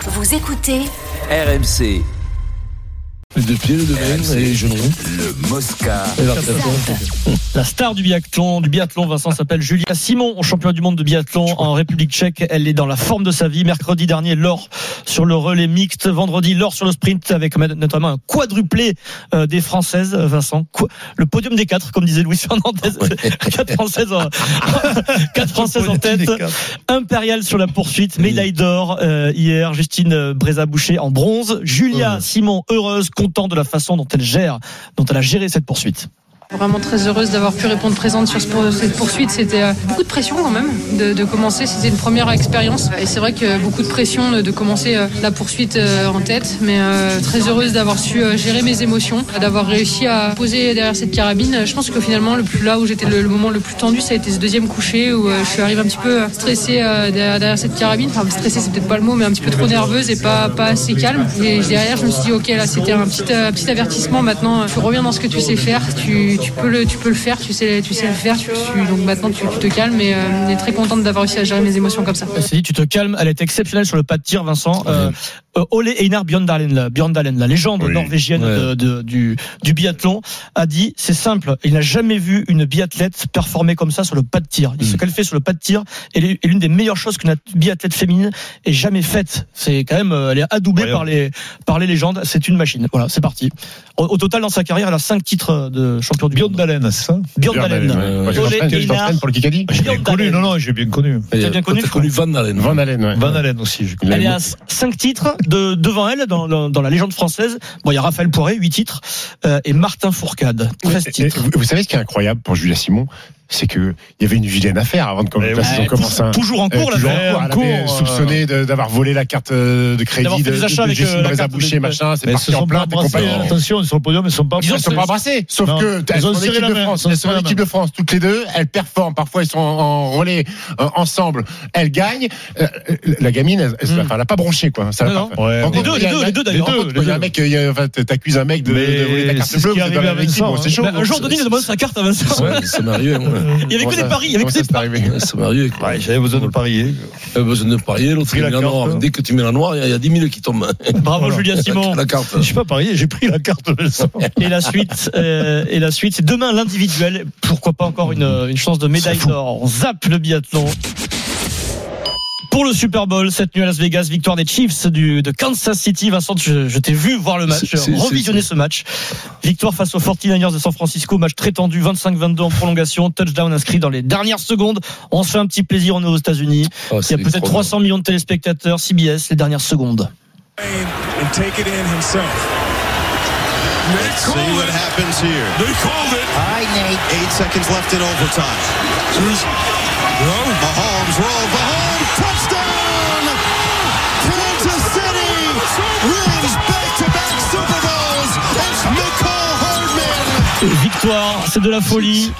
Vous écoutez RMC, de pied, de main et genoux. le Mosca. Et l'articulation. La star du biathlon, du biathlon Vincent s'appelle Julia Simon, championne du monde de biathlon en République tchèque. Elle est dans la forme de sa vie. Mercredi dernier, l'or sur le relais mixte. Vendredi, l'or sur le sprint avec notamment un quadruplé euh, des Françaises, euh, Vincent. Quoi- le podium des quatre, comme disait Louis Fernandez. quatre Françaises en, quatre Françaises en tête. hein. Impérial sur la poursuite, médaille d'or euh, hier, Justine Brézaboucher en bronze. Julia Simon, heureuse, contente de la façon dont elle gère, dont elle a géré cette poursuite. Vraiment très heureuse d'avoir pu répondre présente sur ce pour- cette poursuite. C'était euh, beaucoup de pression quand même de, de commencer. C'était une première expérience. Et c'est vrai que beaucoup de pression de- de commencer euh, la poursuite euh, en tête. Mais euh, très heureuse d'avoir su euh, gérer mes émotions, d'avoir réussi à poser derrière cette carabine. Je pense que finalement, le plus là où j'étais le, le moment le plus tendu, ça a été ce deuxième coucher où euh, je suis arrivée un petit peu euh, stressée euh, derrière, derrière cette carabine. Enfin, stressée, c'est peut-être pas le mot, mais un petit peu trop nerveuse et pas, pas assez calme. Et derrière, je me suis dit, ok, là, c'était un petit, euh, petit avertissement. Maintenant, euh, tu reviens dans ce que tu sais faire. Tu, tu peux, le, tu peux le faire. Tu sais, tu sais le faire. Tu, tu- donc maintenant, tu, tu te calmes. Et euh, on est très contente d'avoir réussi à gérer mes émotions comme ça. Elle s'est dit, tu te calmes. Elle est exceptionnelle sur le pas de tir, Ah Vincent. Euh, euh, Ole Einar Bjørndalen, la- Bjørndalen, la légende norvégienne de- de- du, du biathlon, a dit, c'est simple, il n'a jamais vu une biathlète performer comme ça sur le pas de tir. Hmm. Ce qu'elle fait sur le pas de tir est l'une- est l'une des meilleures choses qu'une at- biathlète féminine ait jamais faite. C'est quand même, euh, elle est adoubée par les, par les légendes. C'est une machine. Voilà, c'est parti. Au, au total, dans sa carrière, elle a cinq titres euh, de champion du monde. Björndalen, c'est ça Björndalen. ouais. Ole J'entraîne- Einar. j'entraîne pour le Kikadi. J'ai bien Björndalen. connu, non, non, j'ai bien connu. T'as bien connu, T'as connu Van Halen. Van Halen, ouais. Van Van Halen aussi, j'ai Elle est connu. à 5 titres de, devant elle dans, dans, dans la légende française. Bon, il y a Raphaël Poiré, 8 titres, euh, et Martin Fourcade, 13 Et titres. Vous, vous savez ce qui est incroyable pour Julia Simon C'est qu'il y avait une vilaine affaire avant de Eh commencer. oui. parce qu'on commence un- Toujours en cours, Euh, toujours en l'affaire. cours, elle avait euh, soupçonné de- d'avoir volé la carte euh, de crédit D'avoir fait de, des achats de, de avec, euh, Jessine la carte Brézaboucher, de- machin, c'est Elles parti euh, se en sont pas hein. plainte et embrassées, compagnie. attention, sur le podium, elles sont pas Ils ne embrassées. sont pas embrassés. Sauf Non. que Elles elles ont sont en serré équipe la de main. France. Elles Elles sont sont en la équipe de France. Toutes les deux, elles performent. Parfois, elles sont en, en relais euh, ensemble. Elles gagnent. Euh, la gamine, elle, elle- Mm. enfin, elle a pas bronché, quoi. Ça l'a Non, non. pas fait. Hmm. Ouais, En Les gros, deux, il y a- les deux, les deux, Les d'ailleurs. deux, Entre les eux, deux. Un mec, euh, il y a- enfin, t'accuses un mec de, Mais de voler ta c'est carte ce bleue. qui vous êtes est dans arrivé la à même équipe. Vincent, Bon, c'est hein. chaud. bah, un jour, Denis, il demande sa carte à Vincent. Ouais. Ça m'est arrivé. ouais. Il y avait que des paris, il y avait que Comment ça, des c'est arrivé Ouais, Ça m'est arrivé. Ouais, j'avais besoin de parier. besoin de parier, l'autre Pris il la met la carte, noire. hein. Dès que tu mets la noire, il y a- il y a 10 000 qui tombent. Bravo, Voilà. Julia Simon. La carte. Je sais pas parier, j'ai pris la carte de Vincent. Et la suite, euh, et la suite, c'est demain l'individuel. Pourquoi pas encore une, une chance de médaille d'or. On zappe le biathlon. Pour le Super Bowl, cette nuit à Las Vegas, victoire des Chiefs du, de Kansas City. Vincent, je, je t'ai vu voir le match, C'est- c'est- revisionner c'est- ce match. Victoire face aux 49ers de San Francisco, match très tendu, 25-22 en prolongation, touchdown inscrit dans les dernières secondes. On se fait un petit plaisir, on est aux États-Unis. Ah, Il y c'est a peut-être extraordinaire. 300 millions de téléspectateurs, CBS, les dernières secondes. and take it in himself. Let's see what happens here. They called it. Eight seconds left in overtime. Mahomes roll. Mahomes touchdown. Kansas City wins back-to-back Super Bowls. It's Nicole Hardman. Victoire, c'est de la folie.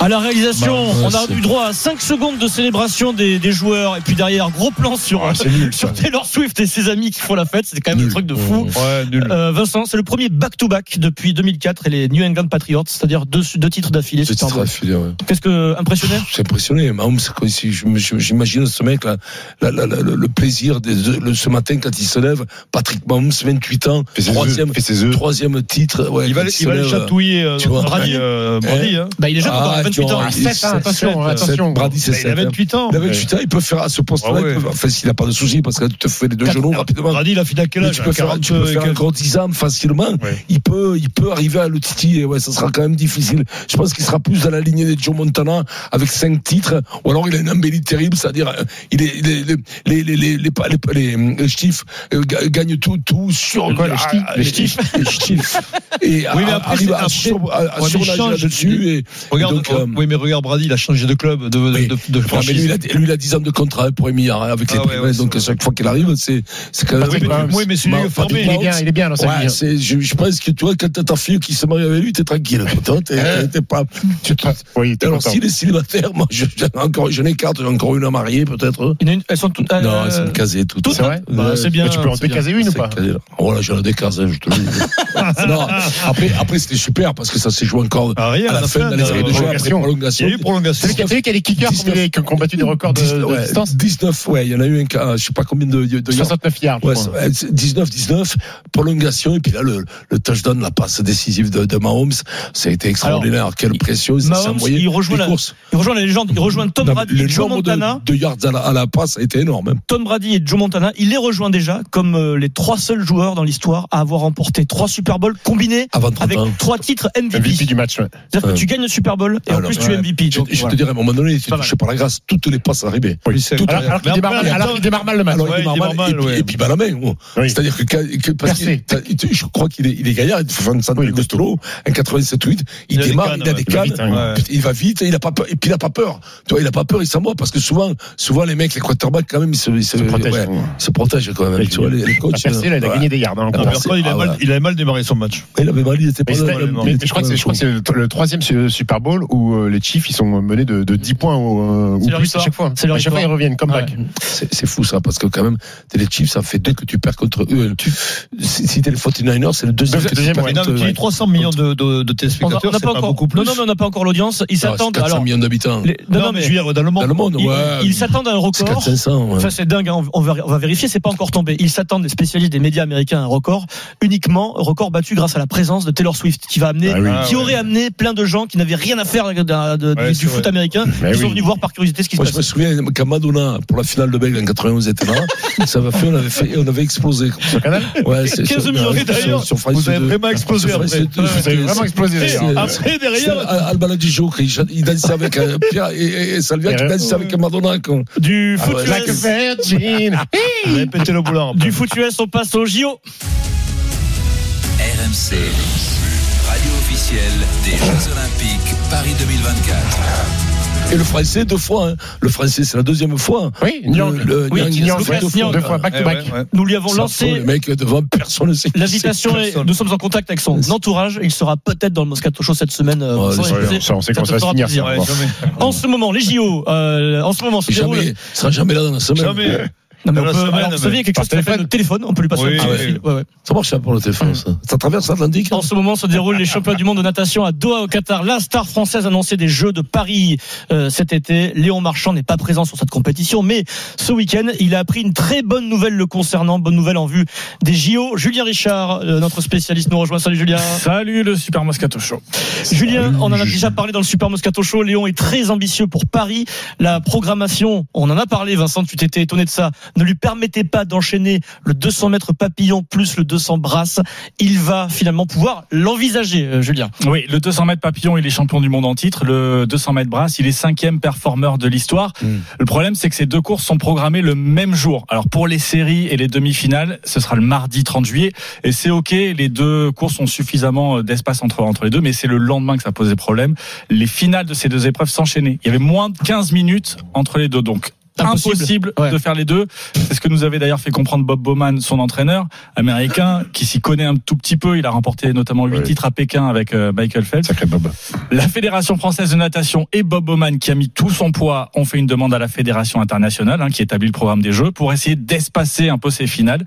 À la réalisation, Bah, ouais, on a c'est- eu droit à 5 secondes de célébration des, des joueurs. Et puis derrière, gros plan sur, Ah, c'est nul, sur ça. Taylor Swift et ses amis qui font la fête. C'est quand même un Nul. Oh, truc de fou. Ouais, nul. Euh, Vincent, c'est le premier back-to-back depuis 2004 et les New England Patriots, c'est-à-dire deux, deux titres d'affilée. C'est Super Bowl. affilé, ouais. Qu'est-ce que impressionné Pff, c'est impressionné. Mahomes, c'est comme si je me- je- j'imagine ce mec, là, la- la- la- le, le plaisir de, de- le- ce matin quand il se lève. Patrick Mahomes, 28 ans, Fais ses troisième, œufs, fais ses œufs. troisième titre. Ouais, Il va, quand il va se le lève. chatouiller euh, Tu vois, Brady, euh, Brady, hein. Bah, il est jeune Ah, encore, il a 28 tu ans. vois, Ah, sept, hein, sept, attention, sept, hein. attention. Brady, c'est Bah, Il a 7. 28 ans. Il a 28 ans, il peut faire à ce poste-là. Ah ouais. il peut- Enfin, s'il n'a pas de soucis, parce que là, tu te fais les deux genoux rapidement. Brady, il a fini à quel hein. Mais âge tu peux faire, 40, tu peux euh, faire un quel- gros 10 ans facilement. Ouais. Il peut, il peut arriver à le titiller. Ouais, ça sera quand même difficile. Je pense qu'il sera plus dans la lignée de Joe Montana avec 5 titres. Ou alors il a une embellie terrible, c'est-à-dire, euh, il est, il est- les, les, les, les, les, les, les- les Chiefs, euh, ga- gagnent tout, tout sur Quoi, les Chiefs ah, Les les Chiefs les Chiefs. Et mais après, arrive c'est- à, après- sur, à, à Ouais, mais surnager change- là-dessus. Et, Regarde, donc, euh, oui, mais regarde Brady, il a changé de club, de, de, Oui. de, de Ah, mais lui, franchise. il a, lui, il a 10 ans de contrat hein, pour un milliard hein, avec Ah les ouais, privés. ouais, donc, c'est à chaque fois qu'il arrive, c'est c'est quand même. Patrick euh, Mahomes. Oui, mais celui Ma- qui est Patrick fermé. Il est bien, il est bien dans sa Ouais, vie. hein. c'est, je, je pense que toi, quand t'as ta fille qui se marie avec lui, t'es tranquille. Toi, t'es, t'es- t'es pas. Tu te- Oui, t'es Alors, content. s'il est célibataire, moi, je, j'en ai encore, j'en ai quatre, j'en ai encore une à marier, peut-être. Il y en a une- elles sont toutes. euh, Non, elles sont casées, toutes. C'est vrai bah, c'est bien. Mais Tu peux en c'est bien. décaser une ou C'est pas casé, là. Oh là, j'en ai des cases, hein, je te le dis. non, après, après, c'était super parce que ça s'est joué encore Ah, rien, à on la a fin plein dans de- les arrêts de jeu, après euh, prolongation, prolongation. prolongation. Il y a eu prolongation. Celui qui a celui qui a les kickers qui ont mis les- qui ont combattu des records de, Dix- Euh, de ouais, distance 19, ouais, il y en a eu un cas, euh, je sais pas combien de. de- de- 69 yards. je Ouais, crois. c'est- c'est 19, 19, prolongation, et puis là, le, le touchdown, la passe décisive de, de Mahomes, ça a été extraordinaire. Quelle pression, il s'est Mahomes, envoyé. il rejoint les la- courses. Il rejoint la légende, il rejoint Tom Non, mais Brady le et Joe nombre de- Montana. De, yards à la, à la passe a été énorme. hein. Tom Brady et Joe Montana, il les rejoint déjà comme euh, les trois seuls joueurs dans l'histoire à avoir remporté trois Super Bowls combinés Avant 30 avec ans. trois titres MVP. MVP du match. ouais. C'est-à-dire que Ouais. tu gagnes le Super Bowl et en Alors, plus tu es ouais. MVP. Je, Donc, je voilà. te dirais, à un moment donné, tu Pas mal. touché par la grâce, toutes les passes arrivées. Oui. c'est Tout- vrai. Alors, alors qu'il Mais démarre, après, mal- alors qu'il démarre mal le match. Alors, Ouais, il démarre il démarre mal, mal, et, puis- ouais. et puis, bah, la main, gros. Oui. C'est-à-dire que, que- que- parce Percé. que t'as- il- je crois qu'il est, il est gaillard, il fait 25 Oui, de costaud, un 87-8, il, Il a des démarre, cannes, il a ouais. des Il va cannes, vite, hein, ouais. il va vite, et il a pas peur, et puis il a pas peur. Tu vois, il a pas peur, il s'envoie, parce que souvent, souvent, les mecs, les quarterbacks, quand même, ils se, ils se, Se protège. ouais, Ouais. ils se protègent quand même. Ouais, Tu vois, les, les coachs. Percé, là, il a ouais. gagné des yards. hein, en Ah, cours. Percé, Mercredi, il, ah, a mal, voilà. il avait mal démarré son match. Il avait mal, il était pas Mais, c'était- là, il mais- était mais je pas crois que c'est là, je crois que c'est le, le troisième su- Super Bowl où euh, les Chiefs ils sont menés de, de 10 points au, euh, ou C'est leur plus à histoire. chaque fois. C'est leur à chaque fois ils histoire. reviennent comme Ouais. back. C'est c'est fou ça, parce que quand même, t'es les Chiefs, ça fait deux que tu perds contre eux. Tu- si si t'es les 49ers, c'est le deuxième que tu Deuxième, perds ouais. Il a contre eux. eu 300 millions de, de, de On a- téléspectateurs, on n'a c'est pas pas, encore. beaucoup plus. Non, non, mais on n'a pas encore l'audience. Ils Ah, c'est s'attendent. 400 Alors, millions d'habitants. les- non, non, mais je veux dire, dans le monde. Dans le monde, ils- ouais. ils s'attendent à un C'est record. 400, ouais. Ça c'est dingue, hein. on, va, on va vérifier, c'est pas encore tombé. Ils s'attendent, les spécialistes des médias américains, à un record uniquement, record battu grâce à la présence de Taylor Swift, qui va amener, Ah oui. qui Ah ouais. aurait amené plein de gens qui n'avaient rien à faire de- de- de- Ouais, du c'est foot vrai. américain, Bah qui sont oui. venus voir par curiosité ce qui se Moi, je me passe. souviens quand Madonna, pour la finale de Bègle en 91, était là. ça va fait, on avait fait, on avait explosé. Sur Canal Ouais, c'est- 15 sur- millions sur- d'ailleurs. sur France Vous avez 2. vraiment explosé Sur France 2, après. Ouais. c'était- Vous avez vraiment explosé. c'est- d'ailleurs. c'est- Après, c'est derrière, Al- Albano Dijo qui qui dansait avec euh, Pierre et, et, et Salvia qui Et, euh, dansait avec Madonna. quoi. Du Ah foot ouais, Like a US, virgin. vous avez pété le boulard. après. du foot US, on passe au JO. RMC, radio officielle des Jeux Olympiques Paris 2024. Et le français, deux fois. hein. Le français, c'est la deuxième fois. Oui, Niang. Le- le- Oui, Niang, Niang, c'est deux Niang, fois. deux fois back Eh to ouais, back. ouais. Nous lui avons Ça fout, lancé le mec devant personne ne sait qui l'invitation c'est. et nous sommes en contact avec son entourage. Il sera peut-être dans le Moscato Show cette semaine. euh, Ouais, Vincent, c'est et vrai, c'est- ça, on sait qu'on te se va fera finir, ça, plaisir. on va Ouais, jamais. En ce moment, les JO, euh, en ce moment, se déroule. Jamais, il sera jamais là dans la semaine. Jamais. Non, mais Dans on la peut, semaine, alors, vous mais- savez, il y a quelque par chose qui s'appelle le téléphone, on peut lui passer Oui, un petit coup de oui. fil. Ouais, ouais. Ça marche pas pour le Hum. téléphone, ça. Ça traverse l'Atlantique. hein. En ce moment se déroule les championnats du monde de natation à Doha au Qatar. La star française annoncée des Jeux de Paris euh, cet été. Léon Marchand n'est pas présent sur cette compétition, mais ce week-end, il a appris une très bonne nouvelle le concernant. Bonne nouvelle en vue des JO. Julien Richard, euh, notre spécialiste, nous rejoint. Salut Julien. Salut le Super Moscato Show. Julien, on en a déjà parlé dans le Super Moscato Show. Léon est très ambitieux pour Paris. La programmation, on en a parlé, Vincent, tu t'étais étonné de ça, ne lui permettait pas d'enchaîner le 200 mètres papillon plus le 200 brasses. Il va finalement pouvoir l'envisager, euh, Julien. Oui, le 200 mètres papillon, il est champion du monde en titre. Le 200 mètres brasse, il est cinquième performeur de l'histoire. Le problème, c'est que ces deux courses sont programmées le même jour. Alors pour les séries et les demi-finales, ce sera le mardi 30 juillet. Et c'est ok, les deux courses ont suffisamment euh, d'espace entre, entre les deux, mais c'est le lendemain que ça posait problème. Les finales de ces deux épreuves s'enchaînaient. Il y avait moins de 15 minutes entre les deux, donc. Impossible. Impossible, Ouais. de faire les deux. C'est ce que nous avait d'ailleurs fait comprendre Bob Bowman, son entraîneur américain, qui s'y connaît un tout petit peu. Il a remporté notamment huit Ouais. titres à Pékin avec euh, Michael Phelps. Sacré Bob. La Fédération française de natation et Bob Oman, qui a mis tout son poids, ont fait une demande à la Fédération internationale, hein, qui établit le programme des Jeux, pour essayer d'espacer un peu ces finales.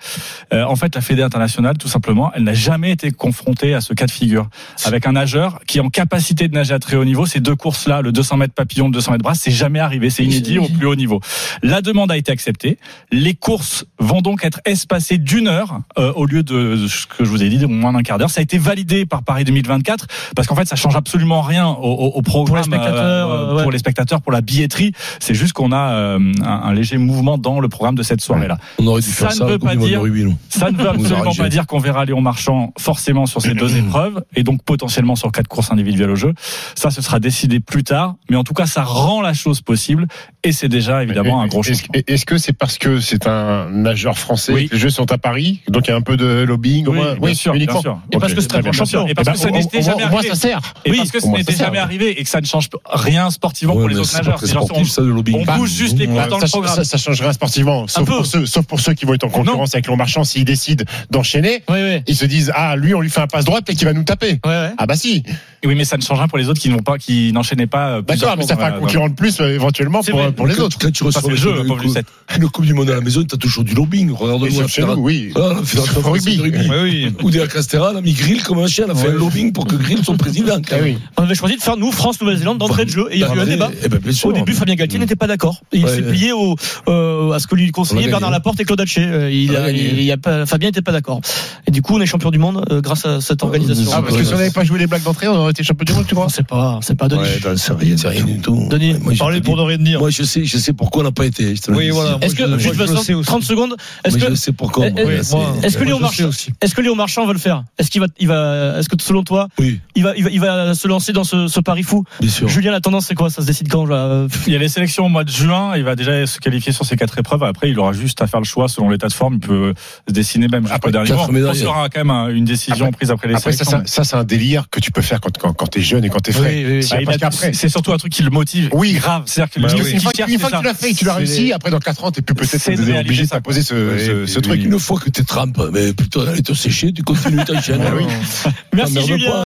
Euh, en fait, la Fédé internationale, tout simplement, elle n'a jamais été confrontée à ce cas de figure. Avec un nageur qui est en capacité de nager à très haut niveau, ces deux courses-là, le 200 mètres papillon, le 200 mètres brasse, c'est jamais arrivé, c'est inédit au plus haut niveau. La demande a été acceptée. Les courses vont donc être espacées d'une heure euh, au lieu de ce que je vous ai dit, de moins d'un quart d'heure. Ça a été validé par Paris 2024 parce qu'en fait, ça change absolument rien au, au- au programme Pour les spectateurs, euh, ouais. pour les spectateurs, pour la billetterie. C'est juste qu'on a euh, un, un léger mouvement dans le programme de cette soirée-là. On aurait dû faire Ça ça ne veut au Coupe pas du Monde de dire- rugby, nous. Ça ne veut Vous absolument arrangez. pas dire qu'on verra Léon Marchand forcément sur ces deux épreuves et donc potentiellement sur quatre courses individuelles au jeu. Ça, ce sera décidé plus tard, mais en tout cas, ça rend la chose possible et c'est déjà évidemment un gros Est-ce- changement. Est-ce que c'est parce que c'est un nageur français Oui. que les jeux sont à Paris, donc il y a un peu de lobbying au Oui, moins bien sûr, bien sûr. Et parce que c'est un grand champion. Et parce Eh que ben, ça au- n'était au- jamais au moins, arrivé. ça sert. Et Oui, parce que ce au moins, n'était ça sert. jamais arrivé et que ça ne change rien sportivement Ouais, pour les mais autres c'est pas nageurs. très C'est genre, sportif, ça, le on, lobbying. on Bah, bouge juste les ouais. courses dans ça, le programme. ça, ça change rien sportivement, sauf peu. pour, ceux, sauf pour ceux qui vont être en concurrence avec Léon Marchand. S'ils décident d'enchaîner, Oui, oui. ils se disent Ah, lui, on lui fait un passe droite et qu'il va nous taper. Ah, bah si, Oui, mais ça ne change rien pour les autres qui n'ont pas, qui n'enchaînaient pas. euh, plusieurs d'accord, mais ça courses fait dans un la- concurrent de plus euh, éventuellement C'est pour, vrai. pour les Quand- autres. Quand tu pas fait le jeu, pauvre une, Lucette. coupe, une Coupe du Monde à la maison, t'as toujours du lobbying. Et Regarde-nous la sur chez nous, Fédération- oui. Ah, la Fédération Sur le française de rugby. rugby. oui. Ou des Castera, elle a mis Grill comme un chien, elle a fait un lobbying pour que Grill soit président. quand Eh même. oui. On avait choisi de faire, nous, France-Nouvelle-Zélande, d'entrée de jeu. Et il y a eu un Après, débat. eh ben, bien sûr. Au début, Fabien Galtier n'était pas d'accord. Il Ouais, s'est ouais. plié au, euh, à ce que lui On a conseillait gagné. Bernard Laporte et Claude Hatché. Euh, Il On a a- gagné. il y a pas- Fabien n'était pas d'accord. Et du coup, on est champion du monde euh, grâce à cette organisation. Ah, parce que si on n'avait pas joué les blagues d'entrée, on aurait été champion du monde, tu crois C'est pas, c'est pas donné. Ouais, non, c'est rien, c'est rien du tout. Denis, Ouais, moi, je Parler te pour dis- ne rien dire. Moi, je sais, je sais pourquoi on n'a pas été. Je te le Oui, dis. voilà. Est-ce moi, que, je- juste moi, je le sais Vincent, aussi. 30 secondes, Mais est-ce que, je sais pourquoi. est- moi, est- c'est- moi. est-ce que Moi, Léon je sais Marchand, aussi. est-ce que Léon Marchand va le faire? Est-ce qu'il va, il va, est-ce que selon toi, Oui, il va, il va, il va se lancer dans ce, ce pari fou? bien sûr. Julien, la tendance, c'est quoi? Ça se décide quand, là? Il y a les sélections au mois de juin, il va déjà se qualifier sur ces quatre épreuves. Après, il aura juste à faire le choix selon l'état de forme. Il peut se dessiner même jusqu'au Après, dernier quatre moment. médailles. On sera quand même un- une décision Après- prise après les Après, ça, sélections. ça, ça, c'est un délire que tu peux faire quand, quand, quand t'es jeune et quand t'es frais. Oui, oui. C'est- Bah, il parce a- qu'après. C'est surtout un truc qui le motive. Oui. grave. C'est-à-dire que Bah le oui. truc Une fois, qu'il cherche, une fois c'est que tu ça. l'as fait et que tu l'as C'est- réussi, après dans 4 ans, t'es plus peut-être C'est de obligé réaliser de ça. t'imposer ce, ce, ce truc. Une fois que t'es trempes, mais plutôt, allez, te sécher, tu continues, t'enchaînes. Ah oui. T'emmerdes Merci, Julien. pas.